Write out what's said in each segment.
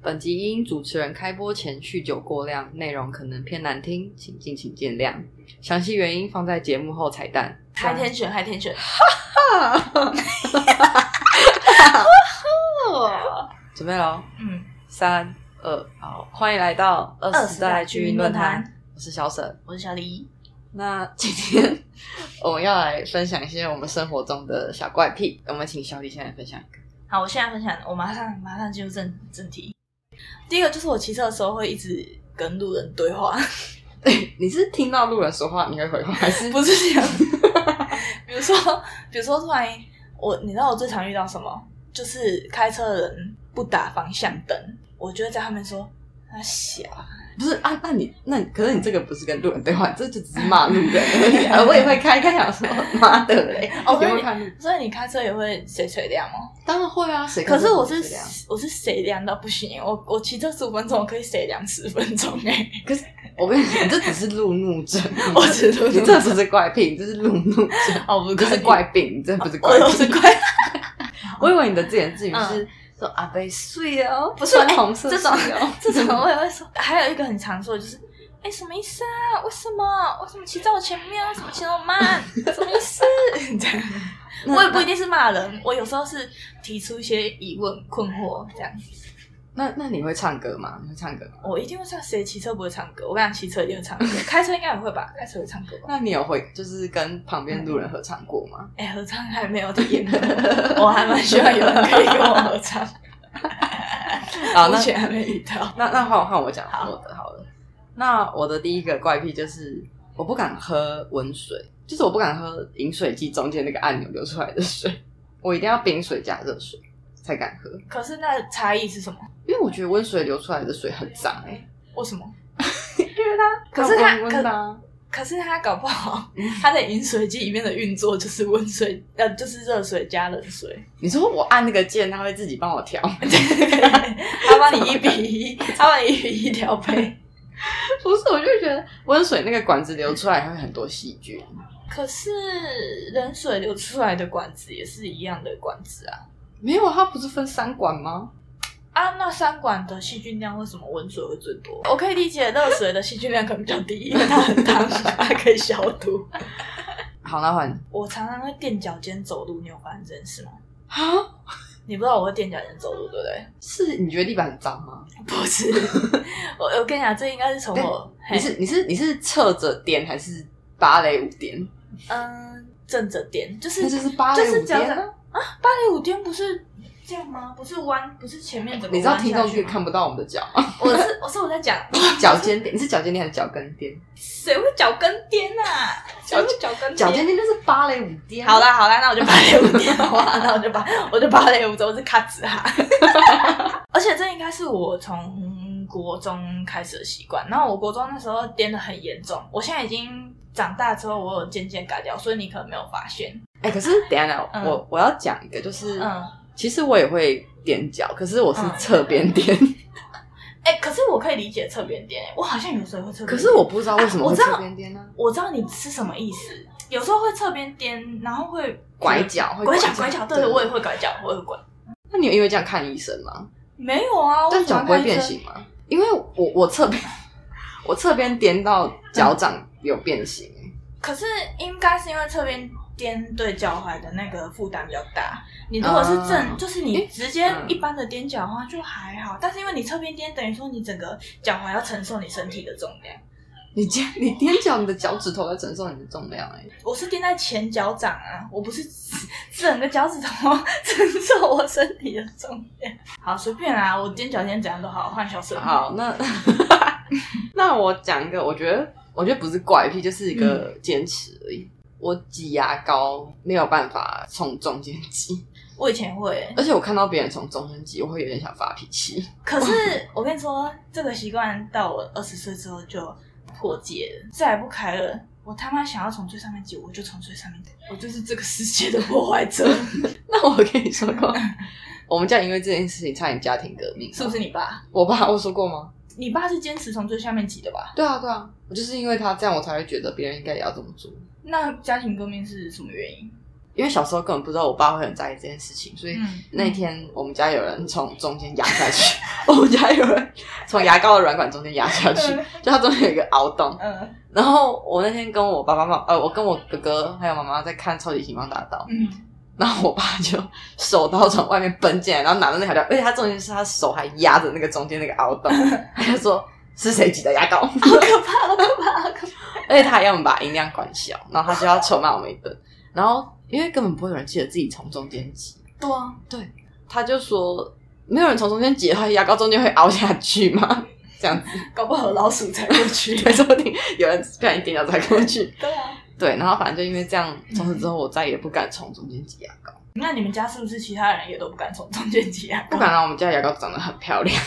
本集因主持人开播前酗酒过量，内容可能偏难听，请敬请见谅。详细原因放在节目后彩蛋。嗨天选，嗨天选，准备喽，嗯，三二，好，欢迎来到二二十十代代巨巨婴婴论论坛坛，我是小沈。我是小李，那今天我们要来分享一些我们生活中的小怪癖，我们请小李先来分享。 好，我现在分享，我马上马上进入正正题。第一个就是我骑车的时候会一直跟路人对话， 你是听到路人说话你会回话，还是不是这样。比如说，比如说，突然我，你知道我最常遇到什么？就是开车的人不打方向灯，我就会在后面说他小，不是啊？那你那你可是你这个不是跟路人对话，这就只是骂路人而已 啊。我也会开开想说妈的嘞，哦有没所有以看路？所以你开车也会谁吹亮哦。当然会啊，谁可看路是人我会是这样我是谁亮到不行，欸我我骑车十五分钟，我可以谁亮十分钟哎、 我跟你讲，你这只是路怒症，我只是路怒你症这不是怪癖，你这是路怒症，哦，不你这是怪，病，你这不是怪我我癖是。怪 我以为你的自言自语嗯是说阿贝睡哦，不是穿哎红色这种睡哦这种 我也会说。还有一个很常说的就是，哎、什么意思啊？为什么？为什么骑在我前面啊？为什么骑那么慢？什么意思？ 这样那我也不一定是骂人，我有时候是提出一些疑问、困惑这样。那那你会唱歌吗？你会唱歌吗？我一定会唱，谁骑车不会唱歌？我跟你讲，骑车一定会唱歌，开车应该也会吧？开车会唱歌吧？那你有会就是跟旁边路人合唱过吗？哎、合唱还没有体验 过，我还蛮希望有人可以跟我合唱，好，目那前还没遇到。那那换换我讲好我的好了。那我的第一个怪癖就是我不敢喝温水，就是我不敢喝饮水机中间那个按钮流出来的水，我一定要冰水加热水才敢喝，可是那差异是什么？因为我觉得温水流出来的水很脏哎、为什么？它可是它温温的啊、可是它搞不好，它的饮水机里面的运作就是温水，呃，就是热水加冷 水，你说我按那个键，它会自己帮我调？它帮你一比一，它帮你一比一调配。 不是，我就觉得温水那个管子流出来它会很多细菌。 可是冷水流出来的管子也是一样的管子啊没有，它不是分三管吗？啊！那三管的细菌量为什么温水会最多？我可以理解热水的细菌量可能比较低，因为它很烫，它可以消 毒。好，那换你我常常会垫脚尖走路，你有发现这件事吗？啊，你不知道我会垫脚尖走路，对不对？是你觉得地板很脏吗？ 不是，我我跟你讲，这应该是从我哎你是你是你是侧着颠还是芭蕾舞颠？嗯正着点，就是那就是芭蕾就舞是脚颠掌啊。芭蕾舞颠不是这样吗？不是弯，不是前面怎么你知道弯下听众去去吗看不到我们的脚吗， 我是我是我在讲，脚尖颠，你是脚尖颠还是脚跟颠？谁会脚跟颠啊？谁会脚跟 脚尖颠？颠就是芭蕾舞啊颠。 好，啦好啦，那我 就芭蕾舞颠好吧，那我就芭我就芭蕾舞，我是卡子哈。 而且这应该是我从国中开始的习惯。然后我国中那时候颠的很严重，我现在已经长大之后，我有渐渐改掉，所以你可能没有发现。哎，可是等一下呢，嗯我我要讲一个，就是嗯，其实我也会踮脚，可是我是侧边踮，哎、可是我可以理解侧边颠，我好像有时候会侧可边颠。是我不知道为什么啊会我知道侧边踮呢？我知道你是什么意思，有时候会侧边颠，然后会拐角会拐角，拐拐角角，对对，我也会拐角，我也会拐。那你有因为这样看医生吗？没有啊，我但怎么脚不会看医变生。形吗？因为我我侧边 我侧边踮到脚掌有变形，可是应该是因为侧边颠对脚踝的那个负担比较大。你如果是正，嗯就是诶你直接嗯一般的踮脚的话就还好，但是因为你侧边颠，等于说你整个脚踝要承受你身体的重量。你踮你踮脚，你的脚趾头在承受你的重量哎、我是踮在前脚掌啊，我不是整个脚趾头 承受我身体的重量。好，随便啦、我踮脚尖怎样都好，换小沈。好，那那我讲一个，我觉得我觉得不是怪癖，就是一个嗯坚持而已。我挤牙膏没有办法从中间挤，我以前会欸、而且我看到别人从中间挤，我会有点想发脾气。 可是我跟你说，这个习惯到我二十岁之后就破戒了，再也不开了。我他妈想要从最上面挤，我就从最上面挤，我就是这个世界的破坏 者，那我跟你说 过，我们家因为这件事情差点家庭革命，啊是不是？你爸？我爸我说过吗？你爸是坚持从最下面挤的吧？对啊，对啊，我就是因为他这样，我才会觉得别人应该也要这么做。那家庭革命是什么原因？因为小时候根本不知道我爸会很在意这件事情，所以嗯那天我们家有人从中间压下去， 我们家有人从牙膏的软管中间压下去，就它中间有一个凹洞。嗯然后我那天跟我爸爸妈妈，呃，我跟我哥哥还有妈妈在看《超级星光大道》，嗯，然后我爸就手刀从外面奔进来，然后拿着那条料，而且他重点是他手还压着那个中间那个凹 洞，他就说是谁挤的牙膏，好可怕，好可怕，好可怕。 而且他还要我们把音量关小，然后他就要臭骂我们一顿，然后因为根本不会有人记得自己从中间挤，对啊，他就说没有人从中间挤的话，牙膏中间会凹下去 吗？这样子，搞不好有老鼠才过去。对，说不定有人不小心点到才过去。 对啊，对，然后反正就因为这样，从此之后我再也不敢从中间挤嗯牙膏，那你们家是不是其他人也都不敢从中间挤啊牙膏？不敢让我们家牙膏长得很漂 亮。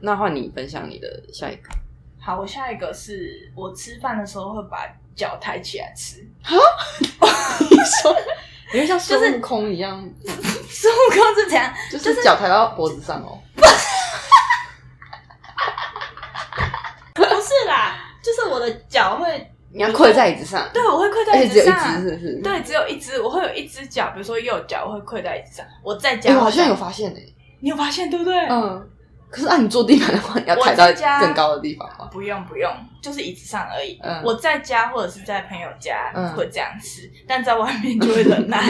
那换你分享你的下一个。好，我下一个是我吃饭的时候会把脚抬起来 吃，你说，因为像孙悟空一样，孙悟空是怎样？就是脚抬到脖子上哦。不是啦，就是我的脚会，你要跪在椅子上， 对，啊我会跪在而且椅只有子一上，只，是不是？对，只有一只，我会有一只脚，比如说右脚我会跪在椅子上，我在哎，家我好像有，发现哎，你有发现对不对？嗯。可是按你坐地板的话，你要我抬到在家更高的地方吗？不用不用，就是椅子上而已。嗯我在家或者是在朋友家嗯会这样吃，但在外面就会 忍耐。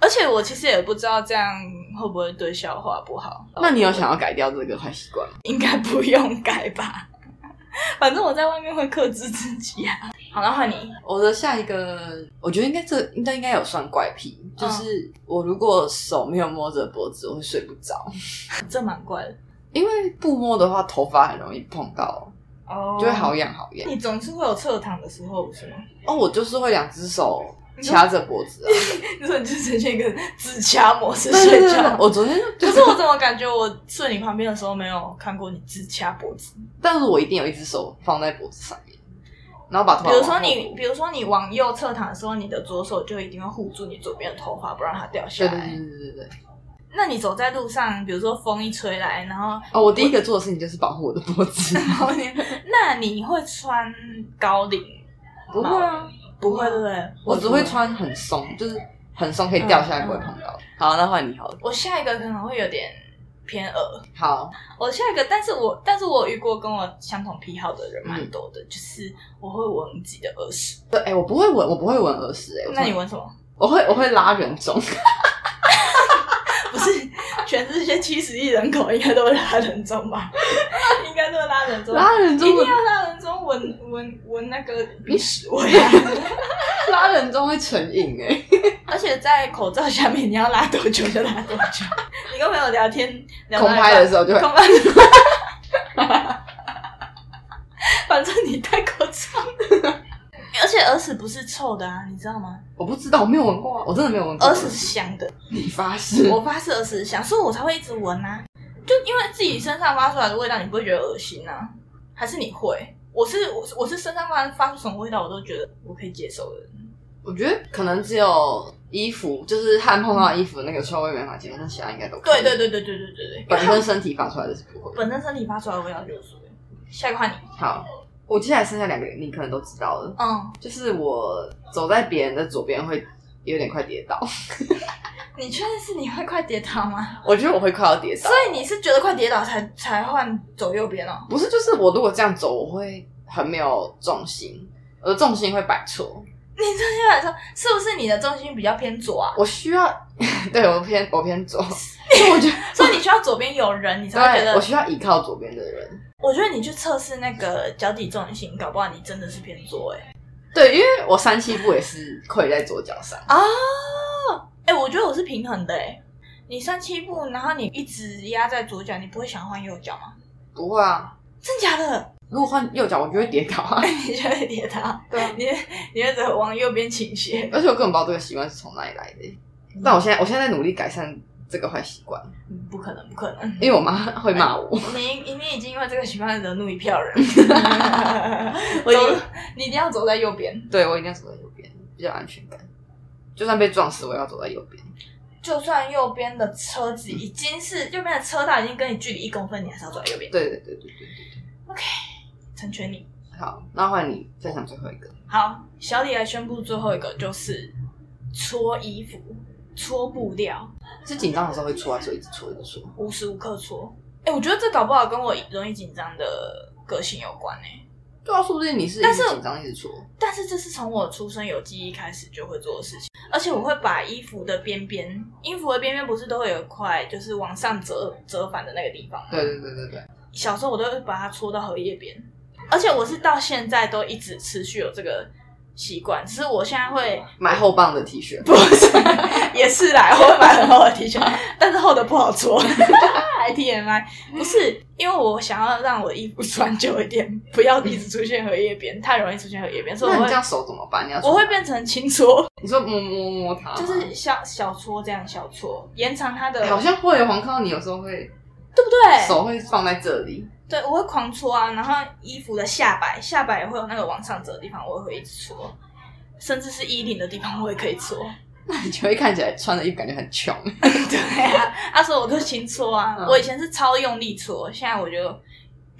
而且我其实也不知道这样会不会对消化不好。那你有想要改掉这个坏习惯吗？应该不用改吧？ 反正我在外面会克制自己啊。好，那换你。我的下一个，我觉得应该这应该应该有算怪癖，就是我如果手没有摸着脖子，我会睡不着，这蛮怪的因为不摸的话，头发很容易碰到，哦就会好。痒好痒。你总是会有侧躺的时候，不是吗？ 哦，我就是会两只手掐着脖子啊，你说你就呈现一个自掐模 式对对睡对对觉。我昨天就可是我怎么感觉我睡你旁边的时候没有看过你自掐脖子？但是我一定有一只手放在脖子上面，然后把头发比如说往后你，撸比如说你往右侧躺的时候，你的左手就一定会护住你左边的头发，不让它掉下对来。对对对对对。那你走在路上，比如说风一吹来，然后哦，我第一个做的事情就是保护我的脖 子，后啊面，那你会穿高领？不会啊，不会，对不对？我只会。穿很松，就是很松可以掉下来不会碰到。好，那换你好了。我下一个可能会有点偏恶。好，我下一个，但是我但是我遇过跟我相同癖好的人嗯蛮多的，就是我会闻自己的耳屎。对，哎、我不会闻，我不会闻耳屎、哎，我那你闻什么？ 我会我会拉人中，不是，全世界七十亿人口应该都会拉人中吧？ 应该都会拉人 中，拉人一定中要会，拉人中闻闻闻那个鼻屎味啊！拉人中会成瘾，哎，而且在口罩下面，你要拉多久就拉多久。 你跟朋友聊天，聊到空一半拍的时候就会空拍。 反正你戴口罩， 而且耳屎不是臭的啊，你知道吗？我不知道，我没有闻过啊，我真的没有闻过耳屎是香的，你发誓？我发誓耳屎是香，所以我才会一直闻啊。就因为自己身上发出来的味道，你不会觉得恶心啊？还是你会？我是我是我是身上发发出什么味道，我都觉得我可以接受的。我觉得可能只有衣服，就是汗碰到衣服的那个臭味没法接受，但其他应该都可对以对对对对对对对，本身身体发出来的是不会。本身身体发出来的味道就是所谓。下一个换你，好，我接下来剩下两个你可能都知道了，嗯，就是我走在别人的左边会有点快跌倒， 你确定是你会快跌倒吗？我觉得我会快要跌倒所，以你是觉得快跌倒才才换走右边哦？不是就是我如果这样走，我会很没有重心，我的重心会摆错， 你正确来说，是不是你的重心比较偏左啊？我需要， 对我偏我偏左，所以我觉 得。所以你需要左边有人，你才会觉对，得我。需要依靠左边的人。我觉得你去测试那个脚底重心，搞不好你真的是偏左哎、对，因为我三七步也是跪在左脚上。啊，哎、我觉得我是平衡的哎、你三七步，然后你一直压在左脚，你不会想换右脚吗？不会啊，真假的？ 如果换右脚，我就会跌倒啊。你就会跌倒，对啊，你会你会走往右边倾斜。而且我根本不知道这个习惯是从哪里来的。但我现在，我现在在努力改善这个坏习惯，嗯不可能，不可能！因为我妈会骂我。你你已经因为这个习惯惹怒一票人。 我已经走你一定要走在右边，对我一定要走在右边，比较有安全感。就算被撞死，我也要走在右边。就算右边的车子已经是右边的车道已经跟你距离一公分，你还是要走在右边。对对对对对。 OK，成全你。好，那换你分享最后一个。好，小李来宣布最后一个就是搓衣服、搓布料，是紧张的时候会搓啊，所以一直搓一直搓。无时无刻搓。哎、我觉得这搞不好跟我容易紧张的个性有关哎、对啊，说不定你是一但是直紧张一直搓。但是这是从我出生有记忆开始就会做的事情，而且我会把衣服的边边，衣服的边边不是都会有一块就是往上折折返的那个地方吗？对对对对对，小时候我都会把它搓到荷叶边，而且我是到现在都一直持续有这个习惯，只是我现在会 买厚棒的 T 恤，不是也是啦，我会买很厚的 T 恤，但是厚的不好 搓。还 TMI 不是因为我想要让我的衣服穿久一点，不要一直出现荷叶边，太容易出现荷叶边，所以那我你这会样手怎么办？你要搓我会变成轻搓，你说摸摸摸它吗，哎就是小小搓这样小搓，延长它的，好像会黄康，你有时候会对不对？手会放在这里，对，我会狂搓啊，然后衣服的下摆，下摆也会有那个往上折的地方，我也会一直搓，甚至是衣领的地方我也可以搓。 那 你就会看起来穿的衣服感觉很穷。对啊，他说我都勤搓啊，嗯我以前是超用力搓，现在我就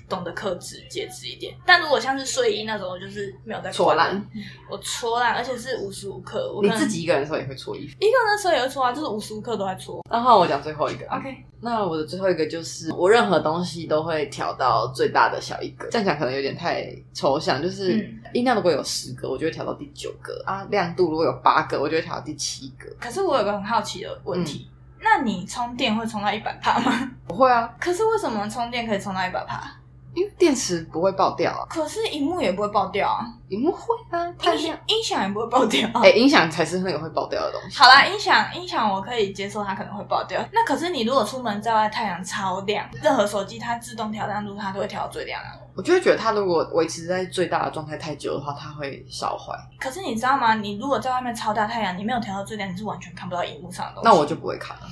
懂得克制节制一点。但如果像是睡衣那种，我就是没有 在搓管的烂，我搓烂，而且是无时无刻。我你可能自己一个人的时候也会搓衣服。一个人的时候也会搓啊，就是无时无刻都在搓。然后我讲最后一个 OK，那我的最后一个就是，我任何东西都会调到最大的小一个。这样讲可能有点太抽象，就是嗯音量如果有十个，我就会调到第九个啊；亮度如果有八个，我就会调到第七个。可是我有个很好奇的问题，那你充电会充到一百帕吗？不嗯会啊，可是为什么充电可以充到一百帕？因为电池不会爆掉啊，可是荧幕也不会爆掉啊，荧幕会啊，太音响音响也不会爆掉 啊、哎、音响才是那个会爆掉的东西。好啦，音响音响我可以接受，它可能会爆掉。那可是你如果出门在外，太阳超亮，任何手机它自动调亮度，它都会调到最亮啊。我就会觉得它如果维持在最大的状态太久的话，它会烧坏，可是你知道吗？你如果在外面超大太阳，你没有调到最亮，你是完全看不到荧幕上的东西。那我就不会看了。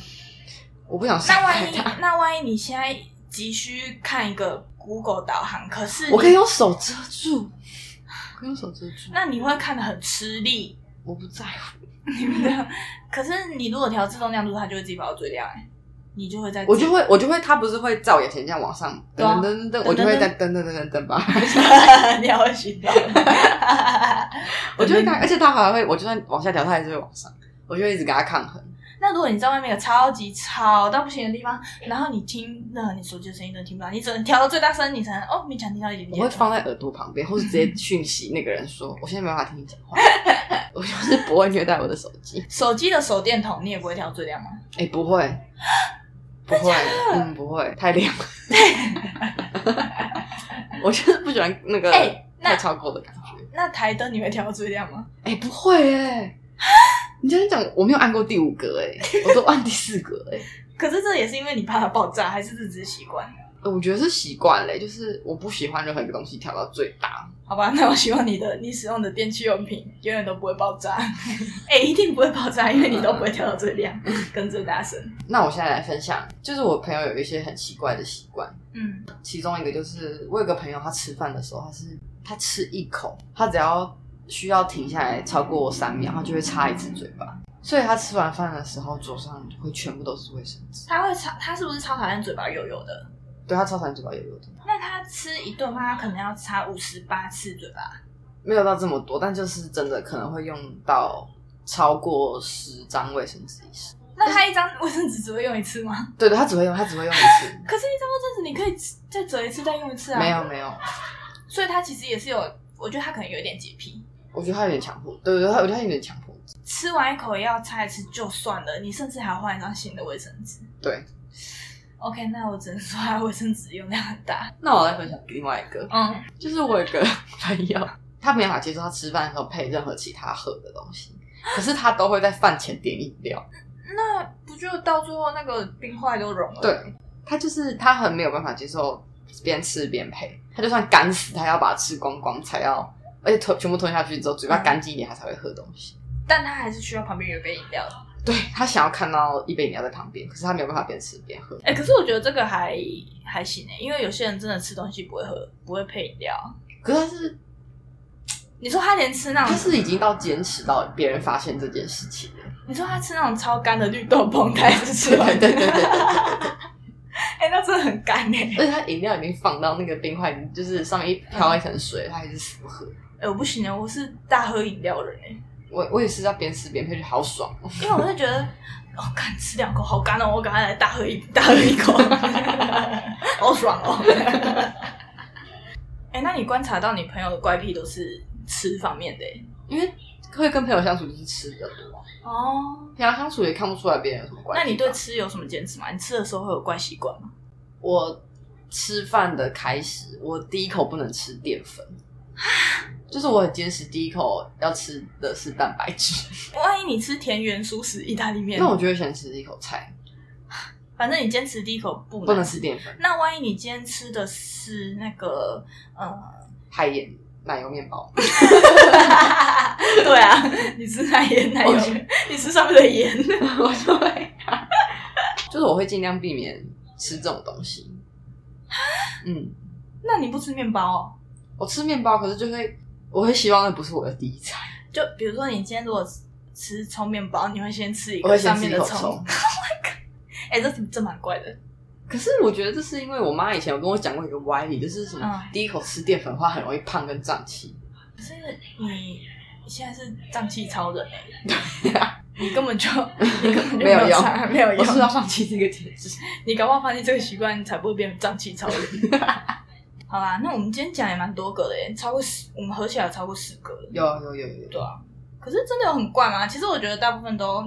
我不想晒那万太一大，那万一你现在急需看一个 Google 导航，可是你我可以用手遮住，我可以用手遮住，那你会看得很吃力。 我不在乎，你不知道可是你如果调自动亮度，它就会自己跑到最亮、欸，你就会在我就会，我就会，它不是会在我眼前这样往上噔对啊噔噔噔噔噔噔，我就会在噔噔噔噔噔吧， 你好心动，我就会它，而且它还会，我就算往下调，它还是会往上，我就会一直跟它抗衡。 那如果你在外面有超级吵到不行的地方，然后你听任何你手机的声音都听不到，你只能调到最大声，你才能哦勉强听到一点我点。会放在耳朵旁边，或是直 接讯息那个人说：“我现在没办法听你讲话，我就是不会虐待我的手机。手机的手电筒，你也不会调最亮吗？”哎，不会，不会，嗯，不会，太亮 了。我就是不喜欢那个哎那太超过的感觉。那台灯你会调到最亮吗？哎，不会 哎，你这样讲，我没有按过第五个哎，我都按第四个哎。可是这也是因为你怕它爆炸，还是这只是习惯？呃我觉得是习惯嘞，就是我不喜欢任何一个东西调到最大。好吧，那我希望你的 你使用的电器用品永远都不会爆炸。 哎、一定不会爆炸，因为你都不会调到最亮跟最大声。那我现在来分享，就是我朋友有一些很奇怪的习惯，嗯，其中一个就是我有个朋友，他吃饭的时候，他是他吃一口，他只要需要停下来超过三秒，他就会擦一次嘴巴。所以他吃完饭的时候，桌上会全部都是卫生纸。他会超，他是不是超讨厌嘴巴油油的？对他超讨厌嘴巴油油的，那他吃一顿饭，他可能要擦五十八次嘴巴。没有到这么多，但就是真的可能会用到超过十张卫生纸以上。那他一张卫生纸只会用一次吗？对的，他只会用，他只会用一次。可是，一张卫生纸你可以再折一次，再用一次啊。没有，没有，所以他其实也是有，我觉得他可能有一点洁癖，我觉得他有点强迫，对对对，他我觉得他有点强迫。吃完一口要擦一次就算了，你甚至还要换一张新的卫生纸。对。 OK，那我只能说他卫生纸用量很大。那我来分享另外一个，嗯，就是我有一个朋友， 他没办法接受他吃饭的时候配任何其他喝的东西，可是他都会在饭前点饮料。那不就到最后那个冰块都融了？对，他就是他很没有办法接受边吃边配，他就算干死，他也要把它吃光光才要，而且吞全部吞下去之后，嘴巴干净一点，他才会喝东西。但他还是需要旁边有一杯饮料的。对他想要看到一杯饮料在旁边，可是他没有办法边吃边喝。哎、可是我觉得这个还还行哎、因为有些人真的吃东西不会喝，不会配饮料。可是他是你说他连吃那种他是已经到坚持到别人发现这件事情 了。你说他吃那种超干的绿豆椪，他也是吃完的。 对对对对对 哎、那真的很干哎、 而且他饮料已经放到那个冰块，就是上面一飘一层水，他还是死不喝。欸哎、我不行啊，我是大喝饮料人哎、我我也是要边吃边配，就好爽哦。因为我就觉得，哦，干吃两口好干哦，我赶快来大喝一大喝一 口，好爽哦。 哎、那你观察到你朋友的怪癖都是吃方面的欸因为会跟朋友相处就是吃比较多，哦？平常相处也看不出来别人有什么关系那吧。你对吃有什么坚持吗？你吃的时候会有怪习惯吗？我吃饭的开始，我第一口不能吃淀 粉，就是我很坚持第一口要吃的是蛋白质。万一你吃田园素食意大利面，那我就会先吃一口菜，反正你坚持第一口不不能吃淀粉，那万一你今天吃的是那个， 呃，海盐、奶油面包。对啊，你吃奶盐奶油我觉，你吃上面的盐， 我就会啊就是我会尽量避免吃这种东西。嗯，那你不吃面包、哦？我吃面包，可是就会，我会希望那不是我的第一餐，就比如说你今天如果吃吃葱面包，你会先吃一我个会先上吃面一的口葱葱。。哎、这这蛮怪的。可是我觉得这是因为我妈以前有跟我讲过一个歪理，就是什么嗯第一口吃淀粉的话很容易胖跟胀气。可是你现在是胀气超人哎、 你根本就你根本就没有用差没有我是要用。放弃这个体质。你搞不好放弃这个习惯，你才不会变胀气 超人。好啦，那我们今天讲也蛮多个的耶，超过十，我们合起来有超过十个了。有有有有有，可是真的有很怪吗？其实我觉得大部分都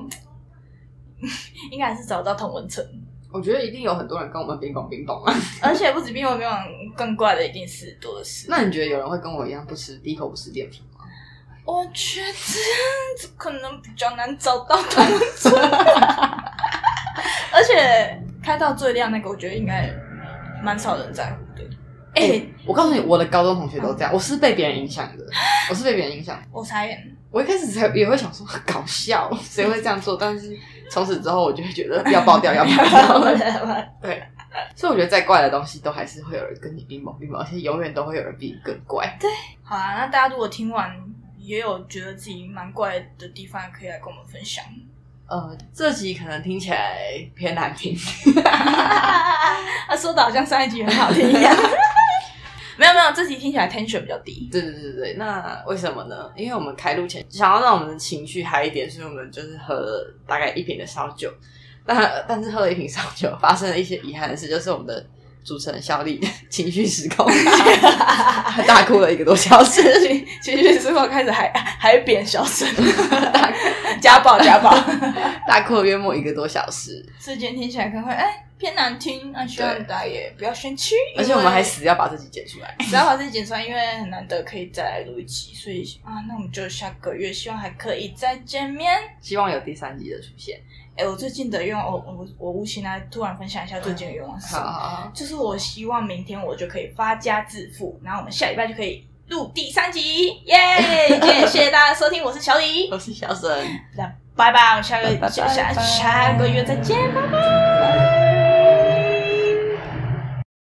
应该还是找得到同文层，我觉得一定有很多人跟我们冰懂冰懂啊。而且不止冰文冰网更怪的一定是多的是。 那你觉得有人会跟我一样不吃第一口不吃淀粉吗？我觉得这可能比较难找到同文层，而且开到最亮那个，我觉得应该蛮少人在乎的。哎、嗯我告诉你，我的高中同学都这样，我是被别人影响的，我是被别人影响的。我猜耶我一开始才也会想说搞 笑，谁会这样做？但是从此之后，我就会觉得要爆掉，要爆 掉。对，所以我觉得再怪的东西，都还是会有人跟你冰雹冰雹，而且永远都会有人比你更怪。好啊，那大家如果听完也有觉得自己蛮怪的地方，可以来跟我们分享。呃，这集可能听起来偏难 听， 他说的好像上一集很好听一样。 没有没有，这集听起来 tension 比较 低。对对对对对，那为什么呢？因为我们开录前想要让我们的情绪嗨一点，所以我们就是喝了大概一瓶的烧酒。但但是喝了一瓶烧酒，发生了一些遗憾的事，就是我们的主持人小李情绪失 控，他大哭了一个多小时。情情绪之后开始还还扁小 声，家暴家 暴。大哭了约莫一个多小时，这间听起来可能会哎偏难听，那希望对大家也不要生气。而且我们还死要把自己剪出来。只要把自己剪出来，因为很难得可以再来录一集，所以啊，那我们就下个月希望还可以再见面。希望有第三集的出现。哎、我最近的愿望，我我我无情来突然分享一下最近的愿望是什好么。好好，就是我希望明天我就可以发家致富，然后我们下礼拜就可以录第三集，耶！ 今天也谢谢大家收听，我是小李，我是小沈。那拜拜，我们下个拜拜下下拜下个月再见，拜拜。